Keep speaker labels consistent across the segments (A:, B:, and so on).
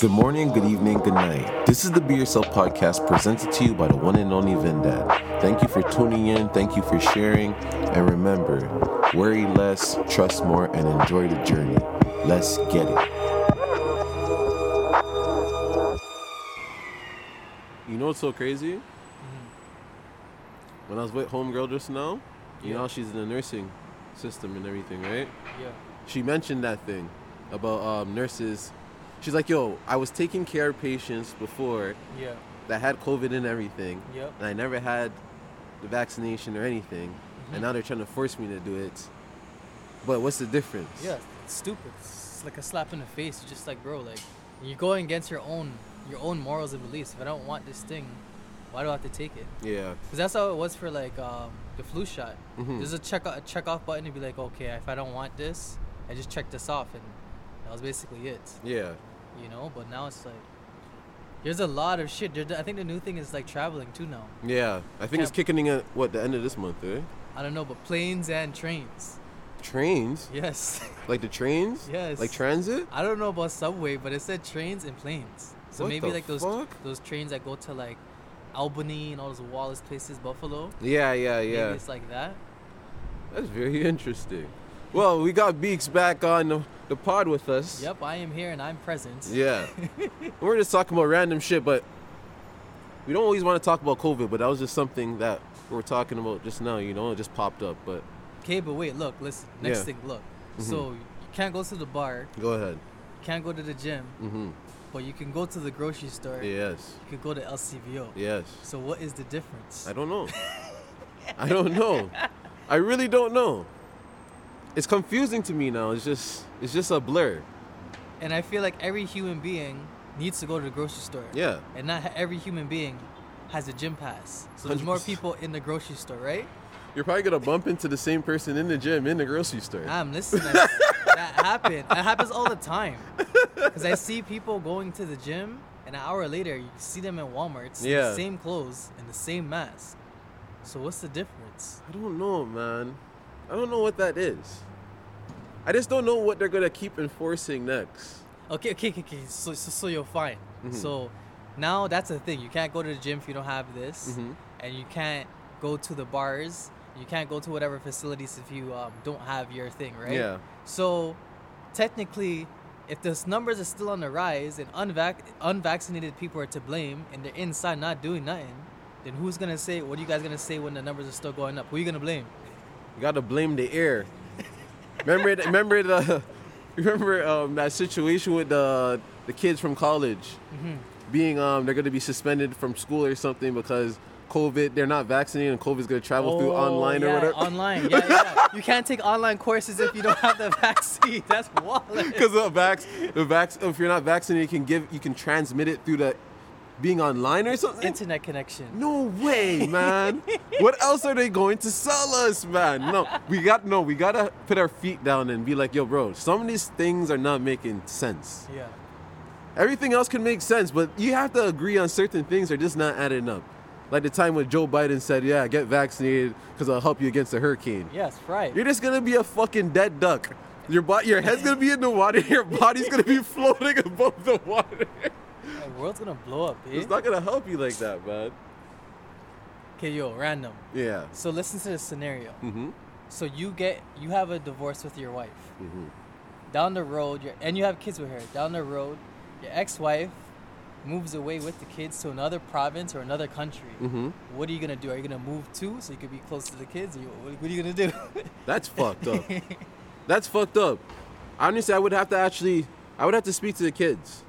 A: Good morning, good evening, good night. This is the Be Yourself podcast presented to you by the one and only Vendad. Thank you for tuning in, thank you for sharing, and remember worry less, trust more, and enjoy the journey. Let's get it. You know what's so crazy? When I was with Homegirl just now, you know
B: Yeah.
A: how she's in the nursing system and everything, right?
B: Yeah.
A: she mentioned that thing about um, nurses. She's like, yo, I was taking care of patients before
B: Yeah.
A: that had COVID and everything,
B: Yep.
A: and I never had the vaccination or anything,
B: Mm-hmm.
A: and now they're trying to force me to do it. But what's the difference?
B: Yeah. It's stupid. It's like a slap in the face. It's just like, bro, like you're going against your own your own morals and beliefs. If I don't want this thing, why do I have to take it?
A: Yeah.
B: Because that's how it was for like um, the flu shot.
A: Mhm.
B: There's a check a check off button to be like, okay, if I don't want this, I just check this off, and that was basically it.
A: Yeah.
B: You know. But now it's like. There's a lot of shit. There- I think the new thing is like traveling too now.
A: Yeah. I think it's
B: Can't-
A: kicking in at what the end of this month, eh?
B: I don't know, but planes and trains.
A: Trains?
B: Yes.
A: Like the trains?
B: Yes.
A: Like transit?
B: I don't know about subway, but it said trains and planes. So
A: What
B: maybe
A: the
B: like those
A: fuck?
B: those trains that go to like Albany and all those Wallace places, Buffalo.
A: Yeah, yeah, yeah.
B: Maybe it's like that.
A: That's very interesting. Well, we got Beaks back on the, the pod with us.
B: Yep, I am here and I'm present.
A: Yeah. We're just talking about random shit, but we don't always want to talk about COVID, but that was just something that we were talking about just now, you know, it just popped up. But
B: Okay, but wait, look, listen. Next
A: Yeah. Mm-hmm.
B: thing, look. So you can't go to the bar,
A: go ahead.
B: you can't go to the gym,
A: Mm-hmm.
B: but you can go to the grocery store.
A: Yes.
B: You could go to LCBO.
A: Yes.
B: So what is the difference?
A: I don't know. I don't know. I really don't know. It's confusing to me now. It's just it's just a blur.
B: and I feel like every human being needs to go to the grocery store.
A: Yeah.
B: and not every human being has a gym pass. So there's more
A: 100%.
B: people in the grocery store, right?
A: You're probably gonna bump into the same person in the gym, in the grocery store.
B: I'm listening. that happened. That happens all the time. Because I see people going to the gym, and an hour later, you see them in Walmart's in
A: Yeah.
B: the same clothes and the same mask. So what's the difference?
A: I don't know, man. I don't know what that is. I just don't know what they're gonna keep enforcing next.
B: Okay, okay, okay. okay. So, so, so you're fine. So now that's the thing. You can't go to the gym if you don't have this,
A: Mhm.
B: and you can't go to the bars. You can't go to whatever facilities if you um, don't have your thing, right?
A: Yeah.
B: So technically, if those numbers are still on the rise and unvac- unvaccinated people are to blame and they're inside not doing nothing, then who's gonna say? What are you guys gonna say when the numbers are still going up? Who are you gonna blame?
A: You gotta blame the air. remember, the- remember the, remember um, that situation with the the kids from college being um they're gonna be suspended from school or something because COVID they're not vaccinated and COVID's gonna travel through online
B: Oh, yeah,
A: or whatever.
B: Online, yeah, yeah. you can't take online courses if you don't have the vaccine. That's wallet.
A: Because the vax, the vax, if you're not vaccinated, you can give you can transmit it through the being online or something.
B: Internet connection.
A: No way, man. what else are they going to sell us, man? No, we got no, we gotta put our feet down and be like, yo, bro, some of these things are not making sense.
B: Yeah.
A: Everything else can make sense, but you have to agree on certain things are just not adding up. Like the time when Joe Biden said, yeah, get vaccinated because I'll help you against the hurricane.
B: Yes, right.
A: You're just gonna be a fucking dead duck. Your bo- your head's gonna be in the water, your body's gonna be floating above the water.
B: the world's gonna blow up, eh?
A: It's not gonna help you like that, man.
B: Okay, yo, random.
A: Yeah.
B: So listen to this scenario.
A: Mm-hmm.
B: So you get you have a divorce with your wife.
A: Mm-hmm.
B: Down the road, your and you have kids with her. Down the road, your ex-wife moves away with the kids to another province or another country.
A: Mhm.
B: What are you gonna do? Are you gonna move too so you could be close to the kids? Or you, what what are you gonna do?
A: That's fucked up. That's fucked up. Honestly, I would have to actually, I would have to speak to the kids.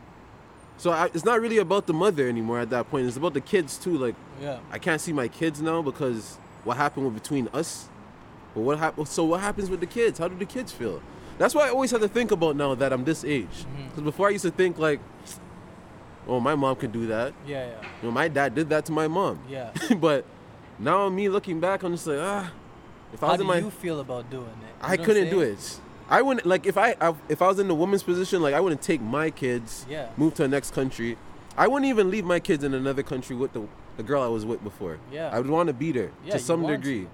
A: So I, it's not really about the mother anymore at that point. It's about the kids too. Like,
B: yeah.
A: I can't see my kids now because what happened was between us. But what happened? So what happens with the kids? How do the kids feel? That's why I always have to think about now that I'm this age.
B: Mm-hmm.
A: Because before I used to think like, oh, my mom can do that.
B: Yeah, yeah.
A: You know, my dad did that to my mom.
B: Yeah.
A: but now me looking back, I'm just like, ah. If I
B: How
A: was
B: do
A: in my
B: you feel about doing it? You know
A: I
B: what I'm
A: couldn't do
B: saying?
A: it. I wouldn't like if I, I if I was in the woman's position, like I wouldn't take my kids,
B: Yeah.
A: move to the next country. I wouldn't even leave my kids in another country with the, the girl I was with before.
B: Yeah.
A: I would want to be there
B: Yeah,
A: to
B: you
A: some
B: want
A: degree.
B: to.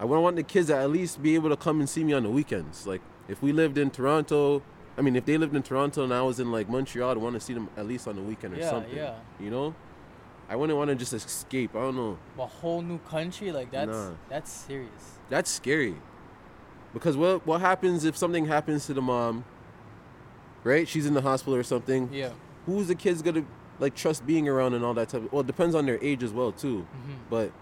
A: I would want the kids to at least be able to come and see me on the weekends. Like if we lived in Toronto, I mean, if they lived in Toronto and I was in like Montreal, I'd want to see them at least on the weekend or
B: Yeah,
A: something.
B: yeah.
A: You know, I wouldn't want to just escape. I don't know.
B: A whole new country, like that's
A: Nah.
B: that's serious.
A: That's scary. Because what what happens if something happens to the mom? Right, she's in the hospital or something.
B: Yeah.
A: Who's the kids gonna like trust being around and all that type? Of, well, it depends on their age as well too.
B: Mm-hmm.
A: But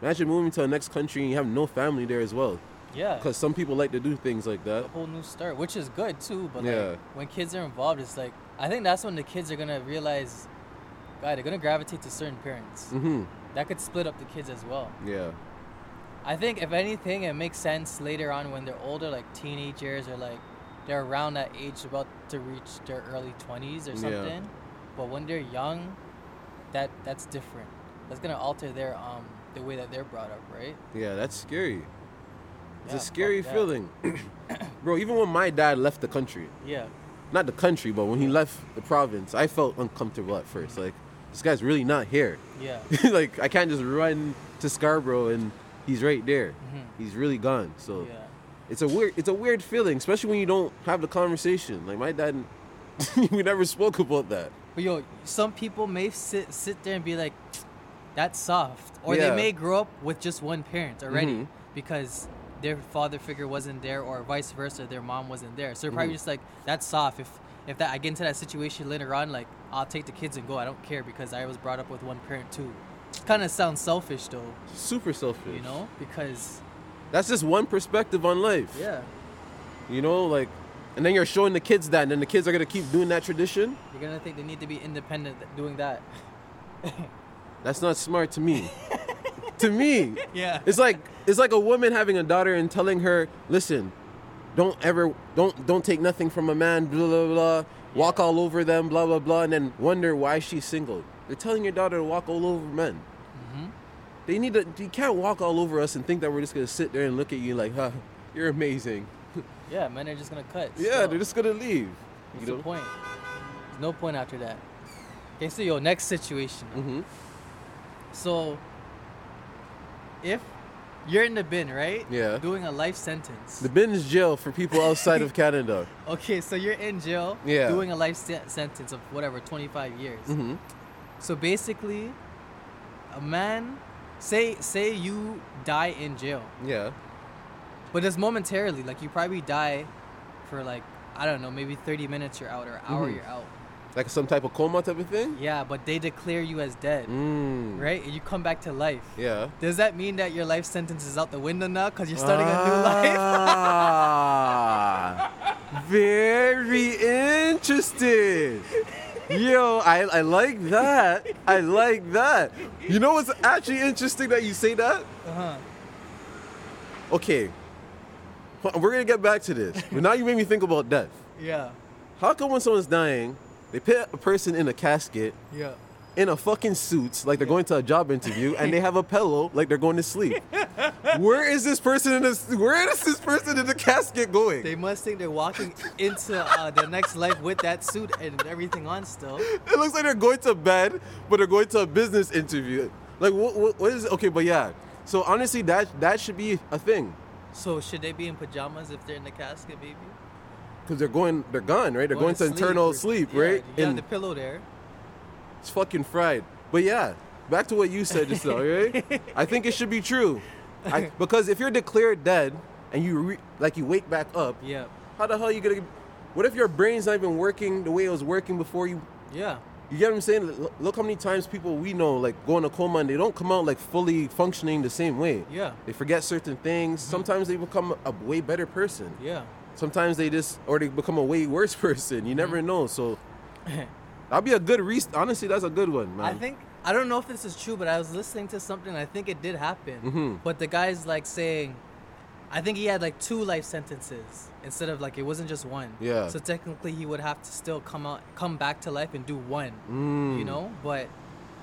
A: imagine moving to the next country and you have no family there as well.
B: Yeah.
A: Because some people like to do things like that.
B: a whole new start, which is good too. But
A: Yeah.
B: like when kids are involved, it's like I think that's when the kids are gonna realize, God, they're gonna gravitate to certain parents.
A: Mm-hmm.
B: That could split up the kids as well.
A: Yeah.
B: I think if anything, it makes sense later on when they're older, like teenagers or like they're around that age, about to reach their early twenties or
A: Yeah.
B: something. But when they're young, that that's different. That's gonna alter their um the way that they're brought up, right?
A: Yeah, that's scary. It's
B: Yeah,
A: a scary
B: fuck that.
A: feeling. Bro, even when my dad left the country,
B: Yeah.
A: not the country, but when he left the province, I felt uncomfortable at first. Like, this guy's really not here.
B: Yeah.
A: like, I can't just run to Scarborough and he's right there. He's really gone. So
B: Mm-hmm. yeah.
A: it's a weird it's a weird feeling, especially when you don't have the conversation. Like my dad we never spoke about that.
B: But yo, some people may sit sit there and be like, "That's soft," or
A: Yeah.
B: they may grow up with just one parent already
A: Mhm.
B: because their father figure wasn't there, or vice versa, their mom wasn't there. So they're
A: Mm-hmm.
B: probably just like, "That's soft." If if that I get into that situation later on, like I'll take the kids and go. I don't care because I was brought up with one parent too. Kind of sounds selfish though,
A: Super selfish.
B: you know? Because
A: That's just one perspective on life.
B: yeah,
A: You know, like and then you're showing the kids that and then the kids are gonna keep doing that tradition.
B: you're gonna think they need to be independent th- doing that.
A: That's not smart to me. to me,
B: Yeah.
A: it's like it's like a woman having a daughter and telling her, "Listen, don't ever don't don't take nothing from a man, blah blah blah. Walk all over them, blah blah blah, and then wonder why she's single." They're telling your daughter to walk all over men.
B: Mm-hmm.
A: They need to. You can't walk all over us and think that we're just gonna sit there and look at you like, "Huh, you're amazing."
B: Yeah, men are just gonna cut.
A: Yeah,
B: so.
A: they're just gonna leave.
B: What's
A: You
B: the
A: know?
B: point? There's no point after that. Okay, so your next situation.
A: Mhm.
B: So, if you're in the bin, right?
A: Yeah.
B: Doing a life sentence.
A: The bin is jail for people outside of Canada.
B: okay, so you're in jail.
A: Yeah.
B: Doing a life sen- sentence of whatever, 25 years.
A: Mhm.
B: So basically, a man, say say you die in jail,
A: Yeah.
B: but it's momentarily. Like you probably die for like I don't know, maybe 30 minutes you're out or an hour
A: Mhm.
B: you're out.
A: Like some type of coma type of thing.
B: Yeah, but they declare you as dead.
A: Mm.
B: right? And you come back to life.
A: Yeah.
B: Does that mean that your life sentence is out the window now because you're starting a new life?
A: Ah, Very interesting. Yo, I, I like that. I like that. You know what's actually interesting that you say that?
B: Uh-huh.
A: Okay. Hold on, We're going to get back to this. But now you made me think about death.
B: Yeah,
A: How come when someone's dying, they put a person in a casket
B: yeah.
A: in a fucking suit like they're going to a job interview and they have a pillow like they're going to sleep? Where is this person in this where is this person in the casket going?
B: They must think they're walking into uh, the next life with that suit and everything on still.
A: It looks like they're going to bed, but they're going to a business interview. Like, what, what, what is okay? But yeah, so honestly, that that should be a thing
B: So should they be in pajamas if they're in the casket, baby?
A: because they're going, they're gone, right? They're going, to,
B: sleep
A: internal
B: or-
A: sleep,
B: yeah,
A: right?
B: You have
A: and
B: the pillow there.
A: it's fucking fried. But yeah, back to what you said just now, right? I think it should be true, I, because if you're declared dead and you re, like you wake back up,
B: Yeah,
A: how the hell you gonna? What if your brain's not even working the way it was working before you
B: yeah,
A: You get what I'm saying? Look- Look how many times people we know like go in a coma and they don't come out like fully functioning the same way.
B: Yeah. Mm-hmm.
A: They forget certain things. Sometimes they become a way better person.
B: yeah.
A: Sometimes they just or they become a way worse person. You
B: Mm-hmm.
A: never know. So that'd be a good re honestly, that's a good one, man.
B: I think I don't know if this is true, but I was listening to something. I think it did happen.
A: Mhm.
B: But the guy's like saying, I think he had like two life sentences instead of like it wasn't just one.
A: Yeah.
B: So technically, he would have to still come out, come back to life and do one.
A: Mm.
B: You know, but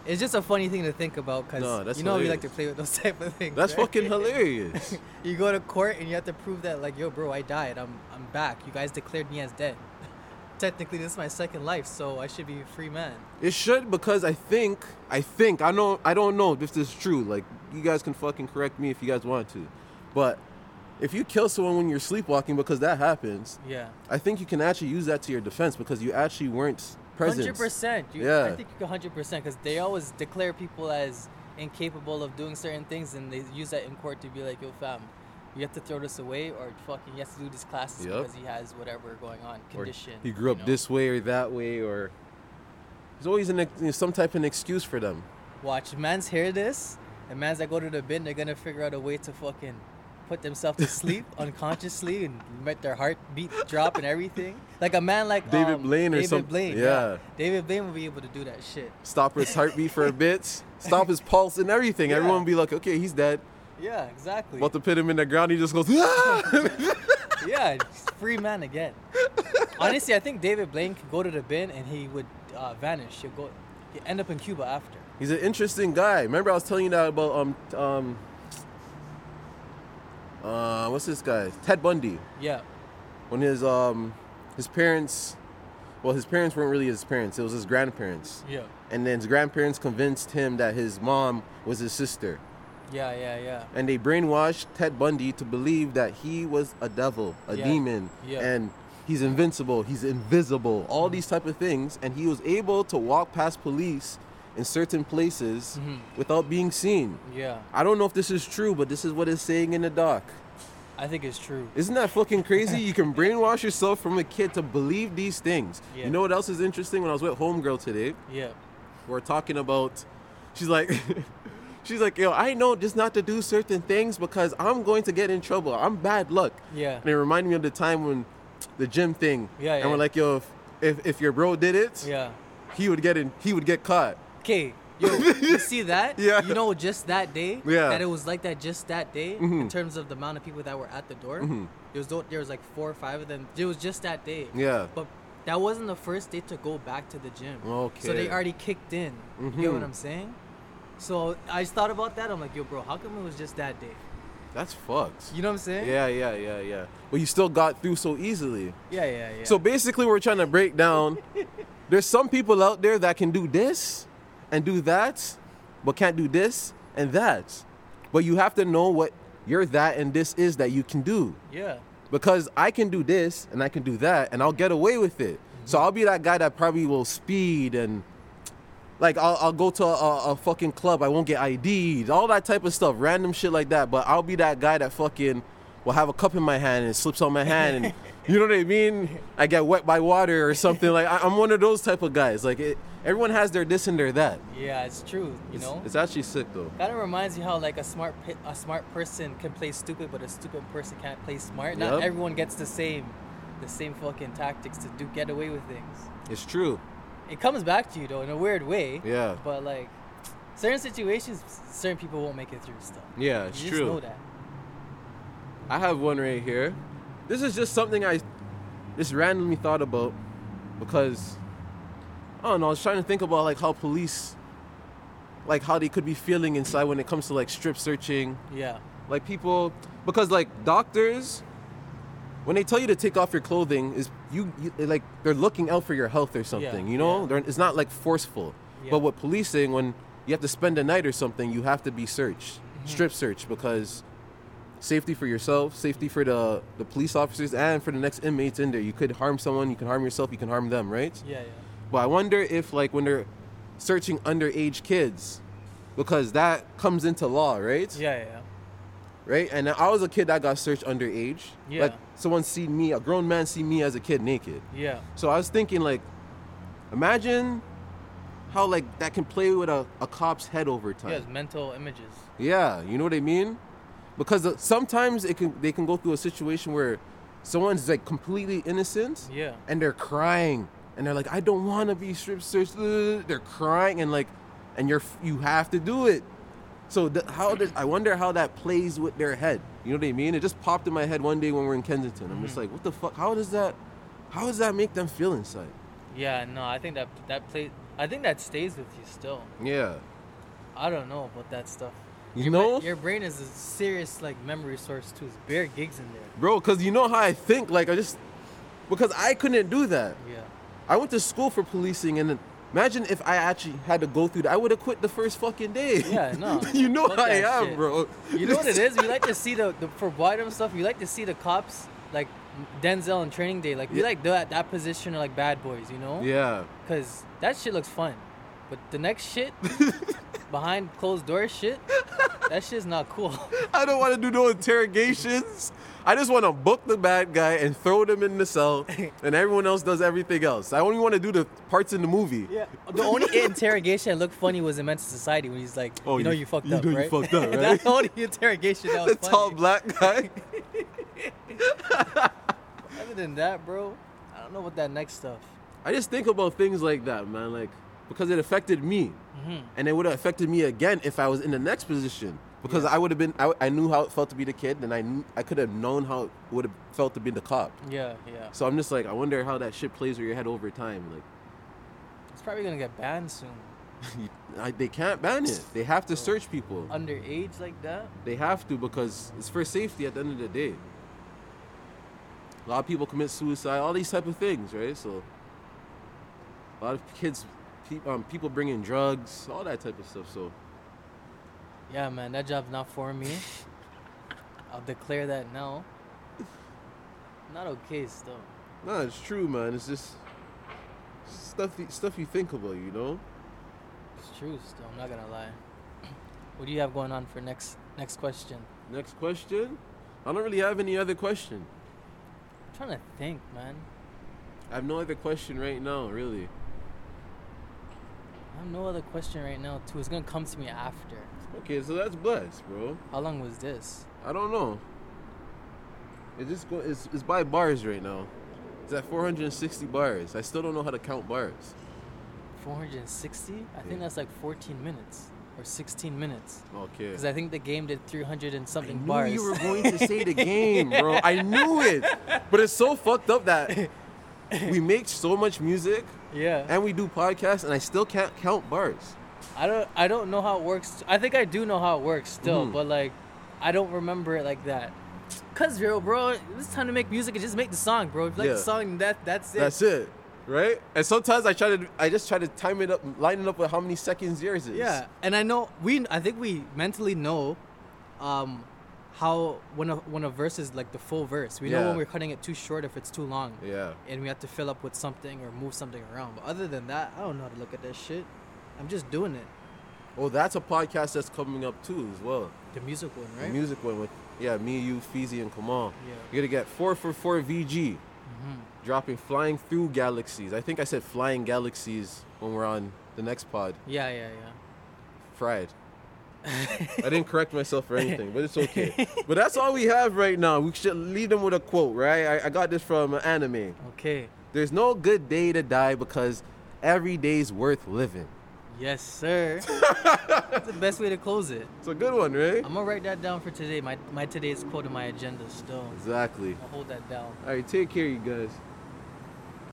B: it's just a funny thing to think about because
A: No, that's
B: you know we like to
A: hilarious.
B: play with those type of things.
A: That's
B: right?
A: fucking hilarious.
B: You go to court and you have to prove that like, yo, bro, I died. I'm I'm back. You guys declared me as dead. technically, this is my second life, so I should be a free man.
A: It should because I think I think I know I don't know if this is true. Like you guys can fucking correct me if you guys want to, but if you kill someone when you're sleepwalking because that happens,
B: Yeah.
A: I think you can actually use that to your defense because you actually weren't present.
B: Hundred percent.
A: Yeah.
B: I think you hundred percent because they always declare people as incapable of doing certain things, and they use that in court to be like, "Yo, fam, you have to throw this away, or fucking he has to do these classes
A: Yup.
B: because he has whatever going on
A: Or
B: condition."
A: he grew
B: you
A: up
B: know?
A: this way or that way, or there's always an, ex- some type of an excuse for them.
B: Watch, man's hear this, and man's that go to the bin, they're gonna figure out a way to fucking put themselves to sleep unconsciously and let their heartbeat drop and everything. Like a man like
A: David
B: um,
A: Blaine or
B: David
A: something.
B: Blaine,
A: Yeah.
B: David Blaine would be able to do that shit.
A: Stop his heartbeat for a bit, stop his pulse and everything.
B: Yeah.
A: Everyone be like, okay, he's dead.
B: Yeah, exactly.
A: About to put him in the ground, he just goes, ah!
B: yeah, just free man again. Honestly, I think David Blaine could go to the bin and he would uh, vanish. He'll go, he'll end up in Cuba after.
A: He's an interesting guy. Remember, I was telling you that about um t- um uh what's this guy? Ted Bundy.
B: Yeah,
A: When his um his parents, well, his parents weren't really his parents. It was his grandparents.
B: yeah,
A: And then his grandparents convinced him that his mom was his sister,
B: yeah, yeah, yeah.
A: and they brainwashed Ted Bundy to believe that he was a devil, a
B: Yeah.
A: demon,
B: Yeah.
A: and he's invincible, he's invisible, all these type of things, and he was able to walk past police in certain places
B: Mm-hmm.
A: without being seen.
B: Yeah,
A: I don't know if this is true, but this is what it's saying in the doc.
B: I think it's true.
A: Isn't that fucking crazy? You can brainwash yourself from a kid to believe these things.
B: Yeah.
A: You know what else is interesting? When I was with Homegirl today,
B: Yeah,
A: we we're talking about. She's like, she's like, yo, I know just not to do certain things because I'm going to get in trouble. I'm bad luck.
B: yeah,
A: And it reminded me of the time when the gym thing.
B: Yeah,
A: And
B: yeah.
A: we're like, yo, if, if if your bro did it,
B: yeah.
A: he would get in. He would get caught.
B: Okay, yo, you see that?
A: Yeah.
B: You know, just that day.
A: Yeah.
B: That it was like that just that day in
A: Mhm.
B: terms of the amount of people that were at the door.
A: Mm-hmm.
B: There was tho- there was like four or five of them. It was just that day.
A: Yeah.
B: But that wasn't the first day to go back to the gym. So
A: Okay. Mm-hmm.
B: they already kicked in. You get what I'm saying? So I just thought about that. I'm like, yo, bro, how come it was just that day?
A: That's fucked.
B: You know what I'm saying?
A: Yeah, yeah, yeah, yeah. But you still got through so easily.
B: Yeah, yeah, yeah.
A: So basically, we're trying to break down. There's some people out there that can do this and do that, but can't do this and that. But you have to know what your that and this is that you can do.
B: yeah,
A: Because I can do this and I can do that, and I'll get away with it. So
B: Mm-hmm.
A: I'll be that guy that probably will speed and. Like I'll, I'll go to a, a fucking club, I won't get ID'd, all that type of stuff, random shit like that. But I'll be that guy that fucking will have a cup in my hand and it slips on my hand, and you know what I mean? I get wet by water or something. Like I, I'm one of those type of guys. Like it, everyone has their this and their that.
B: yeah. It's true. You
A: It's-
B: know.
A: it's actually sick though.
B: Kind of reminds you how like a smart pe- a smart person can play stupid, but a stupid person can't play smart. Not
A: Yup.
B: everyone gets the same, the same fucking tactics to do get away with things.
A: It's true.
B: It comes back to you though in a weird way.
A: Yeah.
B: But like, certain situations, certain people won't make it through stuff.
A: Yeah,
B: You
A: it's
B: just
A: true.
B: know that.
A: I have one right here. This is just something I just randomly thought about because I don't know. I was trying to think about like how police, like how they could be feeling inside when it comes to like strip searching,
B: Yeah.
A: like people because like doctors, when they tell you to take off your clothing, is you, you like they're looking out for your health or something. you know,
B: yeah.
A: They're, it's not like forceful.
B: Yeah.
A: But with policing, when you have to spend a night or something, you have to be searched,
B: Mm-hmm.
A: strip search because safety for yourself, safety for the, the police officers, and for the next inmates in there. You could harm someone, you can harm yourself, you can harm them, right?
B: Yeah. Yeah.
A: But I wonder if, like, when they're searching underage kids, because that comes into law, right?
B: Yeah. Yeah. yeah.
A: Right? And I was a kid that got searched underage.
B: Yeah.
A: Like, someone seen me, a grown man seen me as a kid naked.
B: Yeah.
A: So I was thinking, like, imagine how, like, that can play with a, a cop's head over time.
B: Yeah, it's mental images.
A: Yeah, you know what I mean? Because uh, sometimes it can they can go through a situation where someone's like completely innocent
B: Yeah.
A: and they're crying and they're like I don't want to be strip searched. uh, They're crying and like and you're f- you have to do it. So th- how does I wonder how that plays with their head. You know what I mean? It just popped in my head one day when we are in Kensington. I'm just like, what the fuck? How does that how does that make them feel inside?
B: Yeah, no, I think that that play I think that stays with you still.
A: Yeah.
B: I don't know about that stuff.
A: You
B: your
A: know?
B: bra- your brain is a serious like memory source too. It's bare gigs in there.
A: Bro, cuz you know how I think like I just because I couldn't do that.
B: Yeah.
A: I went to school for policing, and Imagine if I actually had to go through that. I would have quit the first fucking day.
B: Yeah, no.
A: you know
B: Fuck
A: how I
B: that
A: am,
B: shit.
A: bro.
B: You know what it is? We like to see the, the for bottom stuff. We like to see the cops like Denzel and Training Day. Like we
A: Yeah.
B: like that that position or like Bad Boys. You know?
A: Yeah.
B: Cause that shit looks fun, but the next shit behind closed doors shit, that shit's not cool.
A: I don't want to do no interrogations. I just want to book the bad guy and throw them in the cell, and everyone else does everything else. I only want to do the parts in the movie.
B: The only interrogation that looked funny was in Mental Society when he's like,
A: Oh,
B: you know
A: you-
B: you fucked
A: you
B: up,
A: know you
B: right?
A: fucked up,
B: That's the only interrogation that
A: the
B: was
A: tall
B: funny.
A: black guy.
B: Other than that, bro, I don't know what that next stuff.
A: I just think about things like that, man. Like because it affected me, and it would have affected me again if I was in the next position. Because I would have been, I, I knew how it felt to be the kid, and I knew, I could have known how it would have felt to be the cop.
B: Yeah, yeah.
A: So I'm just like, I wonder how that shit plays with your head over time. Like,
B: It's probably gonna get banned soon.
A: I, they can't ban it. They have to search people.
B: Underage like that?
A: They have to because it's for safety at the end of the day. A lot of people commit suicide, all these type of things, right? So, a lot of kids, pe- um, people bringing drugs, all that type of stuff. So,
B: Yeah, man, that job's not for me. I'll declare that now. Not okay, still.
A: nah, it's true, man. It's just stuff y- stuff you think about, you know.
B: It's true, still. I'm not gonna lie. What do you have going on for next next question?
A: Next question. I don't really have any other question.
B: I'm trying to think, man.
A: I have no other question right now, really.
B: I have no other question right now, too. It's gonna come to me after.
A: Okay, so that's blessed, bro.
B: How long was this?
A: I don't know. It just go. It's, it's by bars right now. It's at 460 bars. I still don't know how to count bars.
B: 460? I
A: Yeah.
B: think that's like 14 minutes or 16 minutes.
A: Oh, Okay.
B: Because I think the game did 300 and
A: I
B: something
A: knew
B: bars.
A: you were going to say the game, bro. I knew it. But it's so fucked up that we make so much music
B: yeah.
A: and we do podcasts, and I still can't count bars.
B: I don't I don't know how it works. I think I do know how it works still,
A: Mhm.
B: but like I don't remember it like that. Cause yo, bro, it's time to make music and just make the song, bro. If you like the
A: Yeah.
B: song, that that's it.
A: That's it, right? And sometimes I try to, I just try to time it up, line it up with how many seconds yours is.
B: Yeah, and I know we. I think we mentally know, um, how when a when a verse is like the full verse. We know
A: Yeah.
B: when we're cutting it too short if it's too long.
A: Yeah.
B: And we have to fill up with something or move something around. But other than that, I don't know how to look at that shit. I'm just doing it.
A: Oh, that's a podcast that's coming up too, as well.
B: The music one,
A: The
B: right?
A: music one with yeah, me, you, Feezy, and Kamal.
B: Yeah. Mm-hmm.
A: You're gonna get four for four VG, dropping flying through galaxies. I think I said flying galaxies when we're on the next pod.
B: yeah, yeah, yeah.
A: Fried. I didn't correct myself or anything, but it's okay. But that's all we have right now. We should leave them with a quote, right? I, I got this from an anime.
B: Okay.
A: There's no good day to die because every day's worth living.
B: Yes, sir. That's the best way to close it.
A: It's a good one, right?
B: I'm gonna write that down for today. My my today's quote in my agenda still.
A: Exactly.
B: I'll hold that down.
A: All right, take care, you guys.